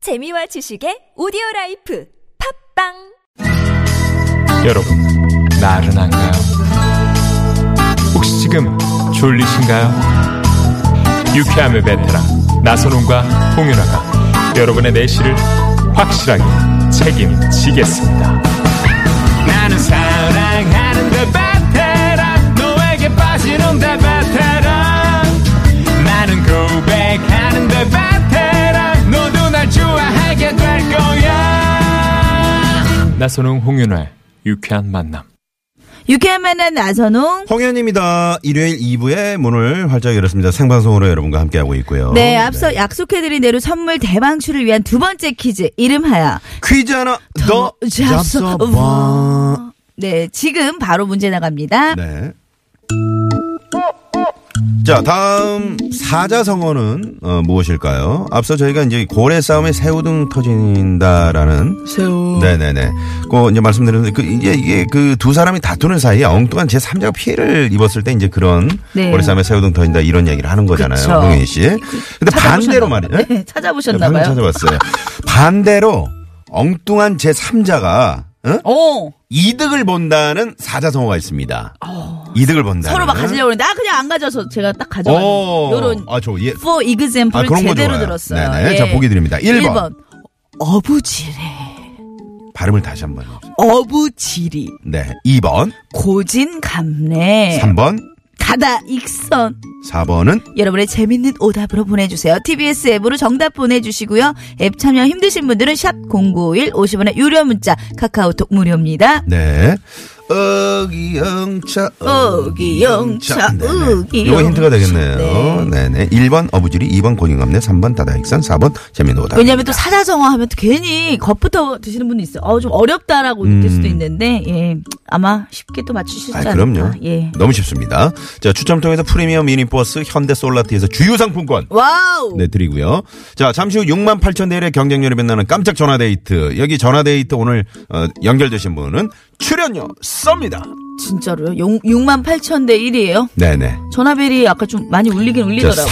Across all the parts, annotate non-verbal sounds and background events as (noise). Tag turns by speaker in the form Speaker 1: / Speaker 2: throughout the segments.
Speaker 1: 재미와 지식의 오디오 라이프 팝빵
Speaker 2: 여러분, 나른한가요? 혹시 지금 졸리신가요? 유쾌함의 베테랑 나선홍과 홍윤아가 여러분의 내실을 확실하게 책임지겠습니다. 나는 사랑하는데 베테랑 너에게 빠지는데 베테랑 나는 고백하는데 베테랑 너도 날 좋아하게 될 거야. 나선홍 홍윤아의 유쾌한 만남.
Speaker 3: 유쾌한 만남 나선홍.
Speaker 4: 홍현입니다. 일요일 2부의 문을 활짝 열었습니다. 생방송으로 여러분과 함께하고 있고요.
Speaker 3: 네, 앞서 약속해드린 대로 선물 대방출을 위한 두 번째 퀴즈, 이름하여.
Speaker 4: 퀴즈 하나 더
Speaker 3: 잡숴봐.
Speaker 4: 잡숴봐.
Speaker 3: 네, 지금 바로 문제 나갑니다.
Speaker 4: 네. 자, 다음 사자성어는 어, 무엇일까요? 앞서 저희가 이제 고래 싸움에 새우등 터진다라는
Speaker 3: 음.
Speaker 4: 새우. 네네네. 그 이제 말씀드렸는데 그 이제 이게 그 두 사람이 다투는 사이에 엉뚱한 제 3자가 피해를 입었을 때 이제 그런
Speaker 3: 네.
Speaker 4: 고래 싸움에 새우등 터진다 이런 이야기를 하는 거잖아요.
Speaker 3: 그쵸.
Speaker 4: 홍현 씨. 근데 반대로 말이에요. 예?
Speaker 3: 네,
Speaker 4: 네, 방금
Speaker 3: 찾아보셨나봐요.
Speaker 4: 찾아봤어요. 반대로 엉뚱한 제 3자가
Speaker 3: 어,
Speaker 4: 이득을 본다는 사자성어가 있습니다. 이득을 본다.
Speaker 3: 서로 막 가지려고 그러는데, 아, 그냥 안 가져서 제가 딱
Speaker 4: 오.
Speaker 3: 가져왔는데, 요런,
Speaker 4: 아, 저 예.
Speaker 3: for example
Speaker 4: 아,
Speaker 3: 를
Speaker 4: 그런 거
Speaker 3: 제대로
Speaker 4: 좋아요.
Speaker 3: 들었어요.
Speaker 4: 네네. 자, 보기 드립니다. 1번.
Speaker 3: 1번. 어부지리,
Speaker 4: 발음을 다시 한번. 해주세요.
Speaker 3: 어부지리,
Speaker 4: 네. 2번,
Speaker 3: 고진감래,
Speaker 4: 3번,
Speaker 3: 가다 익선,
Speaker 4: 4번은
Speaker 3: 여러분의 재밌는 오답으로 보내주세요. TBS 앱으로 정답 보내주시고요. 앱 참여 힘드신 분들은 샵 0951 50원의 유료 문자 카카오톡 무료입니다.
Speaker 4: 네. 어기영차
Speaker 3: 어기영차, 어기영차.
Speaker 4: 이거 힌트가 되겠네요. 네. 네 1번 어부지리, 2번 고인감래, 3번 다다익산, 4번 재미노다.
Speaker 3: 왜냐하면 또 사자성어 하면 또 괜히 겁부터 드시는 분이 있어요. 어좀 어렵다라고 느낄 수도 있는데 예 아마 쉽게 또 맞추실
Speaker 4: 음. 아,
Speaker 3: 지
Speaker 4: 그럼요.
Speaker 3: 않을까. 예.
Speaker 4: 너무 쉽습니다. 자, 추첨 통해서 프리미엄 미니버스 현대 솔라티에서 주유 상품권
Speaker 3: 와우.
Speaker 4: 네 드리고요. 자, 잠시 후 6만 8천 대일의 경쟁률이 빛나는 깜짝 전화 데이트. 여기 전화 데이트 오늘 어, 연결되신 분은 출연료 썹니다.
Speaker 3: 진짜로요. 6, 만 8천 대 1이에요.
Speaker 4: 네, 네.
Speaker 3: 전화벨이 아까 좀 많이 울리긴
Speaker 4: 자,
Speaker 3: 울리더라고요.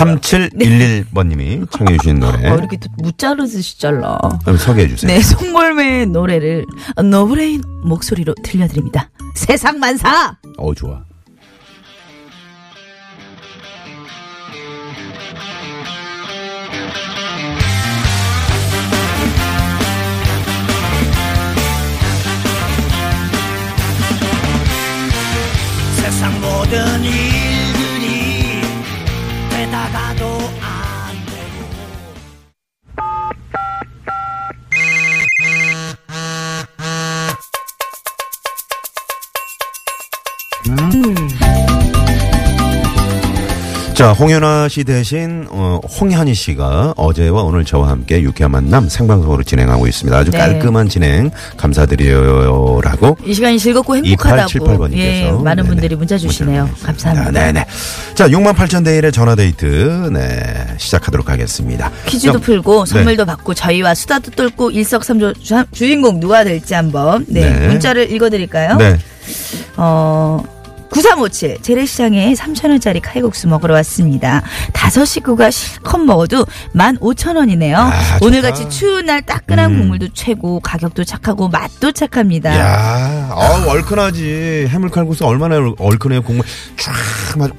Speaker 3: 네.
Speaker 4: 3711번 님이 청해 주신 노래.
Speaker 3: 어, 이렇게 또무 자르듯이 잘라.
Speaker 4: 한번 소개해 주세요.
Speaker 3: 네, 송골매의 노래를 노브레인 목소리로 들려드립니다. 세상 만사!
Speaker 4: 어, 좋아.
Speaker 5: 세상 모든 일들이 되다가도 안 되고
Speaker 4: 자, 홍윤아 씨 대신 어, 홍현희 씨가 어제와 오늘 저와 함께 유쾌한 만남 생방송으로 진행하고 있습니다. 아주
Speaker 3: 네.
Speaker 4: 깔끔한 진행 감사드려요라고
Speaker 3: 이 시간이 즐겁고 행복하다고
Speaker 4: 2878번님께서
Speaker 3: 예, 많은 분들이 문자 주시네요. 감사합니다.
Speaker 4: 아, 네네. 자, 6만 8천 대 1의 전화 데이트 네 시작하도록 하겠습니다.
Speaker 3: 퀴즈도
Speaker 4: 자,
Speaker 3: 풀고 선물도 받고 저희와 수다도 떨고 일석삼조 주- 주인공 누가 될지 한번 네,
Speaker 4: 네.
Speaker 3: 문자를 읽어드릴까요?
Speaker 4: 네.
Speaker 3: 어, 9357 재래시장에 3,000원짜리 칼국수 먹으러 왔습니다. 다섯 식구가 실컷 먹어도 15,000원이네요.
Speaker 4: 아,
Speaker 3: 오늘같이
Speaker 4: 좋다. 음.
Speaker 3: 추운 날 따끈한 국물도 최고, 가격도 착하고 맛도 착합니다.
Speaker 4: 야, 어 얼큰하지. 해물칼국수 얼마나 얼- 얼큰해요. 국물 쫙 맛.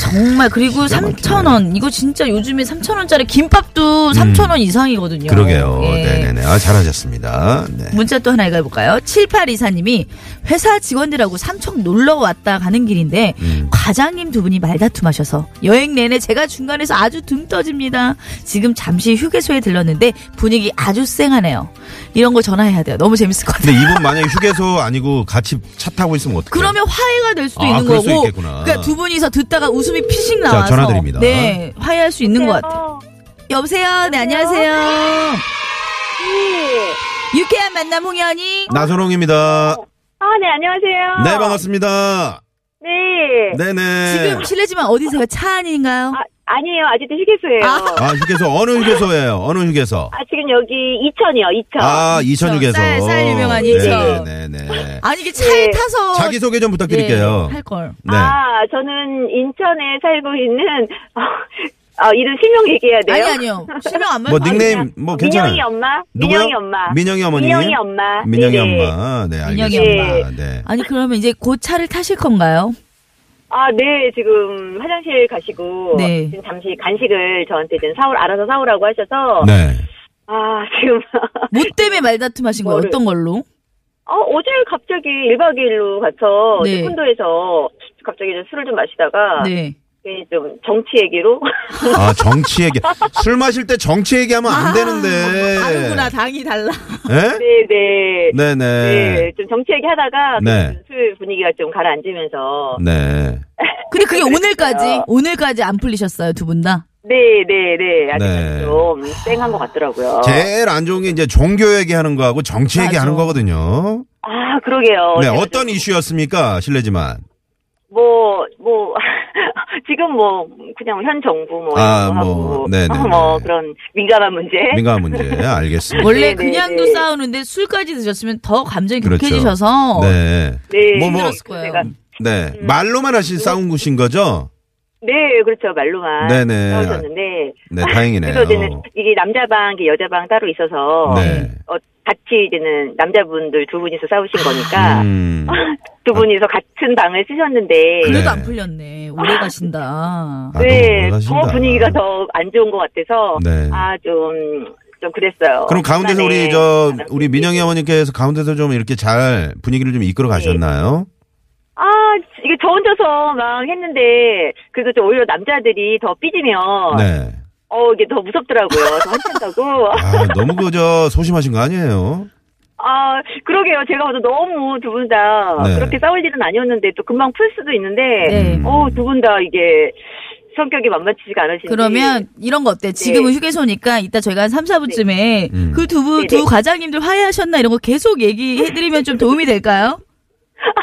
Speaker 3: 정말 그리고
Speaker 4: 기가 막히네.
Speaker 3: 3,000원 이거 진짜 요즘에 3,000원짜리 김밥도 3,000원 이상이거든요.
Speaker 4: 음. 그러게요.
Speaker 3: 예.
Speaker 4: 네네네. 아, 잘하셨습니다. 네.
Speaker 3: 문자 또 하나 읽어볼까요? 7824님이 회사 직원들하고 삼척 놀러 왔다 가는 길인데
Speaker 4: 음.
Speaker 3: 과장님 두 분이 말다툼하셔서 여행 내내 제가 중간에서 아주 등 떠집니다. 지금 잠시 휴게소에 들렀는데 분위기 아주 쌩하네요. 이런 거 전화해야 돼요. 너무 재밌을 것 같아요.
Speaker 4: 근데 이분 만약에 휴게소 아니고 같이 차 타고 있으면 어떡해요?
Speaker 3: 그러면 화해가 될 수도
Speaker 4: 아,
Speaker 3: 있는
Speaker 4: 그럴 수
Speaker 3: 거고,
Speaker 4: 있겠구나.
Speaker 3: 그러니까 두 분이서 듣다가 웃음이 피식
Speaker 4: 자,
Speaker 3: 나와서
Speaker 4: 전화드립니다.
Speaker 3: 네 화해할 수 있는 것 같아요. 여보세요, 네 안녕하세요. 유쾌한 만남 홍연이
Speaker 4: 나선홍입니다.
Speaker 3: 어.
Speaker 6: 아, 네, 안녕하세요.
Speaker 4: 네, 반갑습니다.
Speaker 6: 네.
Speaker 4: 네네.
Speaker 3: 지금 실례지만 어디세요? 차 안인가요?
Speaker 6: 아, 아니에요. 아직도 휴게소예요. 아.
Speaker 4: 아, 휴게소 어느 휴게소예요? 어느 휴게소?
Speaker 6: 지금 여기 이천이요, 이천.
Speaker 4: 아, 이천 휴게소. 네,
Speaker 3: 쌀, 쌀 유명한 이천. 아니
Speaker 4: 네네네.
Speaker 3: 어. 네, 이게 차에
Speaker 6: 네.
Speaker 3: 타서
Speaker 4: 자기 소개 좀 부탁드릴게요.
Speaker 3: 할 걸.
Speaker 4: 네.
Speaker 6: 아, 저는 인천에 살고 있는, 어, 아, 이름 실명 얘기해야 돼요?
Speaker 3: 아니 아니요. 실명 안 말고
Speaker 4: 뭐 닉네임 뭐 괜찮아요.
Speaker 6: 민영이 엄마?
Speaker 4: 누구요?
Speaker 6: 민영이 엄마.
Speaker 4: 민영이 어머니.
Speaker 6: 민영이 엄마.
Speaker 4: 민영이
Speaker 6: 네네.
Speaker 4: 엄마. 네,
Speaker 3: 민영이
Speaker 4: 알겠습니다. 네.
Speaker 3: 아니 그러면 이제 곧 차를 타실 건가요?
Speaker 6: 아, 네, 지금 화장실 가시고
Speaker 3: 네.
Speaker 6: 지금 잠시 간식을 저한테 지금 사올 알아서 사오라고 하셔서
Speaker 4: 네.
Speaker 6: 아, 지금 (laughs)
Speaker 3: 뭐 때문에 말다툼하신 거예요?
Speaker 6: 뭐를?
Speaker 3: 어떤 걸로?
Speaker 6: 어, 어제 갑자기 1박 2일로 가서
Speaker 3: 네.
Speaker 6: 콘도에서 갑자기 좀 술을 좀 마시다가
Speaker 3: 네.
Speaker 6: 괜히 예, 좀 정치 얘기로 (laughs)
Speaker 4: 아, 정치 얘기. 술 마실 때 정치 얘기하면 안 되는데.
Speaker 3: 뭐 다르구나 당이 달라.
Speaker 4: 예?
Speaker 6: 네, 네.
Speaker 4: 네, 네.
Speaker 6: 네, 좀 정치 얘기 하다가
Speaker 4: 네.
Speaker 6: 술 분위기가 좀 가라앉으면서
Speaker 4: 네.
Speaker 3: 근데 그게 오늘까지
Speaker 6: 그랬어요.
Speaker 3: 오늘까지 안 풀리셨어요 두 분 다?
Speaker 6: 네, 네, 네. 아직
Speaker 4: 네.
Speaker 6: 좀 쌩한 것 같더라고요.
Speaker 4: 제일 안 좋은 게 이제 종교 얘기하는 거하고 정치
Speaker 3: 맞아.
Speaker 4: 얘기하는 거거든요.
Speaker 6: 아, 그러게요.
Speaker 4: 네,
Speaker 6: 제가
Speaker 4: 어떤 이슈였습니까? 실례지만.
Speaker 6: 뭐, 뭐, (laughs) 지금 뭐, 그냥 현 정부 뭐,
Speaker 4: 아,
Speaker 6: 이런 거
Speaker 4: 뭐,
Speaker 6: 하고,
Speaker 4: 네네네.
Speaker 6: (laughs) 뭐, 그런 민감한 문제.
Speaker 4: 민감한 문제. 알겠습니다.
Speaker 3: 원래
Speaker 6: 네, 네,
Speaker 3: 그냥도
Speaker 6: 네.
Speaker 3: 싸우는데 술까지 드셨으면 더 감정이
Speaker 4: 그렇죠.
Speaker 3: 격해지셔서
Speaker 4: 네.
Speaker 6: (laughs) 네,
Speaker 4: 뭐, 뭐.
Speaker 6: 그래서 제가,
Speaker 4: 네. 말로만 하신 싸운 곳인 거죠?
Speaker 6: 네, 그렇죠. 말로만.
Speaker 4: 네네.
Speaker 6: 싸우셨는데.
Speaker 4: 네, 다행이네요.
Speaker 6: 그래서 이제는 이게 남자방, 이게 여자방 따로 있어서.
Speaker 4: 네.
Speaker 6: 어, 같이 이제는 남자분들 두 분이서 싸우신 거니까.
Speaker 4: 음.
Speaker 6: 두 분이서 같은 방을 쓰셨는데.
Speaker 3: 그래도
Speaker 4: 네.
Speaker 3: 안 풀렸네. 오래 가신다.
Speaker 4: 아,
Speaker 6: 네,
Speaker 4: 너무
Speaker 6: 더
Speaker 4: 놀라신다.
Speaker 6: 분위기가 더 안 좋은 것 같아서
Speaker 4: 네.
Speaker 6: 아 좀. 좀 그랬어요.
Speaker 4: 그럼 가운데서 우리
Speaker 6: 중간에
Speaker 4: 저
Speaker 6: 바람이
Speaker 4: 우리 민영이 어머님께서 가운데서 좀 이렇게 잘 분위기를 좀 이끌어 가셨나요?
Speaker 6: 아 이게 저 혼자서 막 했는데 그래도 좀 오히려 남자들이 더 삐지면
Speaker 4: 네.
Speaker 6: 어 이게 더 무섭더라고요.
Speaker 4: (laughs)
Speaker 6: 더 한탄다고.
Speaker 4: 아, 너무 그저 소심하신 거 아니에요?
Speaker 6: 아 그러게요. 제가 봐도 너무 두 분 다
Speaker 4: 네.
Speaker 6: 그렇게 싸울 일은 아니었는데 또 금방 풀 수도 있는데
Speaker 3: 네.
Speaker 6: 어 두 분 다 이게 성격이 만만치지가 않으신지.
Speaker 3: 그러면 이런 거 어때? 지금은 휴게소니까 이따 저희가 한 3, 4분쯤에
Speaker 4: 음.
Speaker 3: 그 두 분,
Speaker 6: 네,
Speaker 3: 두
Speaker 6: 네.
Speaker 3: 과장님들 화해하셨나 이런 거 계속 얘기해드리면 좀 도움이 될까요?
Speaker 6: (laughs)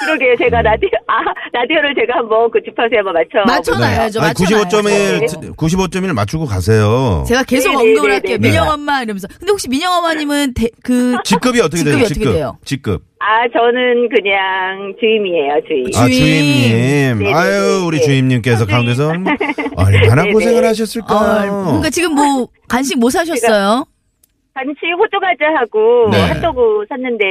Speaker 6: 그러게요. 제가 라디오 아 라디오를 제가 한번 그 주파수에 한번 맞춰
Speaker 3: 맞춰놔야죠.
Speaker 4: 네. 아니,
Speaker 3: 맞춰놔야죠.
Speaker 4: 95.1 95.1을 맞추고 가세요.
Speaker 3: 네. 제가 계속
Speaker 6: 네, 네,
Speaker 3: 언급을
Speaker 6: 네,
Speaker 3: 할게요.
Speaker 4: 네.
Speaker 3: 민영 엄마 이러면서. 근데 혹시 민영 엄마님은 대- 그
Speaker 4: 직급이 어떻게
Speaker 3: 직급이
Speaker 4: 돼요?
Speaker 3: 어떻게 돼요?
Speaker 4: 직급.
Speaker 6: 아, 저는 그냥 주임이에요, 주임.
Speaker 4: 아,
Speaker 3: 주임.
Speaker 4: 주임님.
Speaker 6: 네,
Speaker 4: 아유,
Speaker 6: 네,
Speaker 4: 우리
Speaker 6: 네.
Speaker 4: 주임님께서
Speaker 6: (laughs)
Speaker 4: 가운데서 얼마- 얼마나
Speaker 6: 네,
Speaker 4: 고생을
Speaker 6: 네.
Speaker 3: 아,
Speaker 4: 하셨을까요?
Speaker 3: 그러니까 지금 뭐 간식 뭐 사셨어요?
Speaker 6: 반치 호두과자하고
Speaker 4: 네.
Speaker 6: 핫도그 샀는데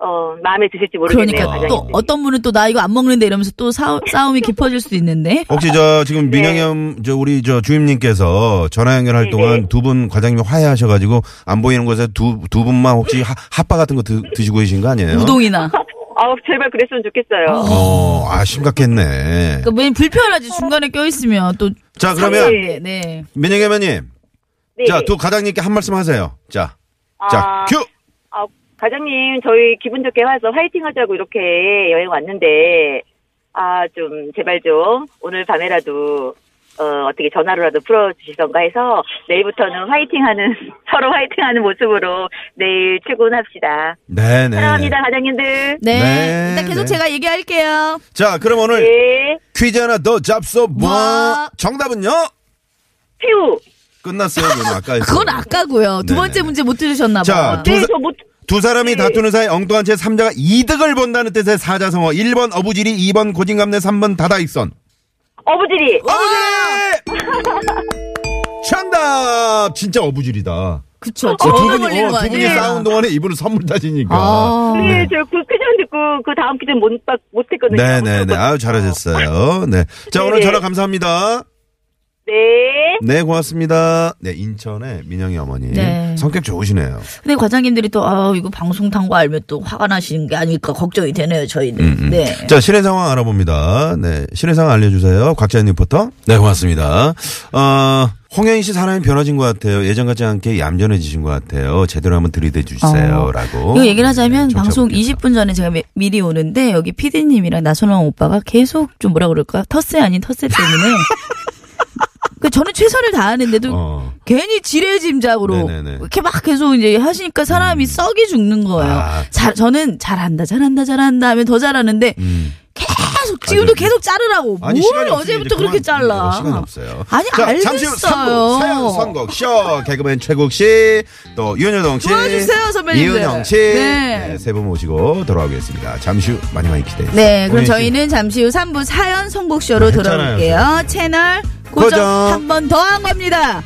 Speaker 6: 어 마음에 드실지 모르겠네요.
Speaker 3: 그러니까
Speaker 6: 과장님.
Speaker 3: 또 어떤 분은 또 나 이거 안 먹는데 이러면서 또 사- 싸움이 깊어질 수도 있는데.
Speaker 4: 혹시 저 지금 민영이 엄- 저 우리 저 주임님께서 전화 연결할
Speaker 6: 네,
Speaker 4: 동안
Speaker 6: 네.
Speaker 4: 두 분 과장님이 화해하셔가지고 안 보이는 곳에 두, 두 분만 혹시 하, 핫바 같은 거 드, 드시고 계신 거 아니에요?
Speaker 3: 우동이나.
Speaker 6: 아우 제발 그랬으면 좋겠어요.
Speaker 4: 어, 아, 심각했네.
Speaker 3: 그러니까 맨 불편하지 중간에 껴있으면 또.
Speaker 4: 자, 그러면
Speaker 6: 네.
Speaker 3: 네, 네.
Speaker 4: 민영이 어머님.
Speaker 6: 네.
Speaker 4: 자, 두 과장님께 한 말씀 하세요. 자, 자,
Speaker 6: 아,
Speaker 4: 큐!
Speaker 6: 아, 과장님 저희 기분 좋게 와서 화이팅하자고 이렇게 여행 왔는데 아 좀 제발 좀 오늘 밤에라도 어 어떻게 전화로라도 풀어주시던가 해서 내일부터는 화이팅하는 (laughs) 서로 화이팅하는 모습으로 내일 출근합시다.
Speaker 4: 네네.
Speaker 6: 사랑합니다 과장님들.
Speaker 3: 네.
Speaker 4: 네,
Speaker 3: 일단 계속
Speaker 4: 네.
Speaker 3: 제가 얘기할게요.
Speaker 4: 자, 그럼 오늘
Speaker 6: 네.
Speaker 4: 퀴즈 하나 더 잡숴 봐.
Speaker 3: 와.
Speaker 4: 정답은요?
Speaker 6: 피우.
Speaker 4: 끝났어요, 그럼 아까. 했어요.
Speaker 3: 그건 아까고요. 두
Speaker 4: 네, 네네.
Speaker 3: 번째 문제 못 들으셨나
Speaker 4: 자,
Speaker 3: 봐.
Speaker 4: 두-
Speaker 6: 네,
Speaker 4: 사-
Speaker 6: 저 못.
Speaker 4: 두 사람이
Speaker 6: 네.
Speaker 4: 다투는 사이 엉뚱한 채 3자가 이득을 본다는 뜻의 사자성어. 1번 어부지리, 2번 고진감래, 3번 다다익선.
Speaker 6: 어부지리.
Speaker 4: 아,
Speaker 3: 아!
Speaker 4: 어부지리! 정답! 진짜 어부지리다.
Speaker 3: 그쵸.
Speaker 4: 어, 두
Speaker 3: 전화
Speaker 4: 분이,
Speaker 3: 걸리는
Speaker 4: 어,
Speaker 3: 거
Speaker 4: 두 분이
Speaker 3: 아니에요?
Speaker 4: 싸운 동안에 이분은 선물 다지니까.
Speaker 3: 아.
Speaker 6: 네, 저그 퀴즈 듣고 그 다음 퀴즈 못, 받- 못했거든요.
Speaker 4: 네네네. 아유, 잘하셨어요. 네. 자, 오늘
Speaker 6: 네네.
Speaker 4: 전화 감사합니다.
Speaker 6: 네.
Speaker 4: 네, 고맙습니다. 네, 인천의 민영이 어머니.
Speaker 3: 네.
Speaker 4: 성격 좋으시네요.
Speaker 3: 근데 과장님들이 또, 아 이거 방송 탄 거 알면 또 화가 나시는 게 아닐까 걱정이 되네요, 저희는. 네.
Speaker 4: 음, 자, 실내 상황 알아봅니다. 네. 실내 상황 알려주세요. 곽재현 리포터. 네, 고맙습니다. 어, 홍현희 씨 사람이 변화진 것 같아요. 예전 같지 않게 얌전해지신 것 같아요. 제대로 한번 들이대 주세요.
Speaker 3: 어.
Speaker 4: 라고.
Speaker 3: 이거 얘기를 하자면
Speaker 4: 네,
Speaker 3: 방송
Speaker 4: 청취자분께서.
Speaker 3: 20분 전에 제가 미, 미리 오는데 여기 피디님이랑 나선홍 오빠가 계속 좀 뭐라 그럴까? 텃세 아닌 텃세
Speaker 4: (laughs)
Speaker 3: 때문에. 그 저는 최선을 다하는데도
Speaker 4: 어.
Speaker 3: 괜히 지레짐작으로
Speaker 4: 네네네. 음.
Speaker 3: 이렇게 막 계속 이제 하시니까 사람이 썩이 죽는 거예요.
Speaker 4: 아.
Speaker 3: 자, 저는 잘한다, 잘한다, 잘한다 하면 더 잘하는데
Speaker 4: 음.
Speaker 3: 계속 지금도
Speaker 4: 아니, 네.
Speaker 3: 계속 자르라고.
Speaker 4: 아니,
Speaker 3: 뭘
Speaker 4: 시간이 없어요.
Speaker 3: 어제부터
Speaker 4: 이제
Speaker 3: 그렇게
Speaker 4: 그만-
Speaker 3: 잘라?
Speaker 4: 어, 시간이 없어요.
Speaker 3: 아니, 알겠어요.
Speaker 4: 잠시 후 3부 사연 선곡 쇼 개그맨 최국 씨, 또 윤여동 씨,
Speaker 3: 도와주세요, 선배님들.
Speaker 4: 이은영 씨,
Speaker 3: 네.
Speaker 4: 세 분 모시고 돌아오겠습니다. 잠시 후 많이 많이 기대해 주세요.
Speaker 3: 네, 그럼
Speaker 4: 오늘
Speaker 3: 저희는 잠시 후 3부 사연 선곡쇼로
Speaker 4: 네, 했잖아요,
Speaker 3: 돌아올게요.
Speaker 4: 저희.
Speaker 3: 채널 고정
Speaker 4: 고정.
Speaker 3: 한 번 더 한 겁니다.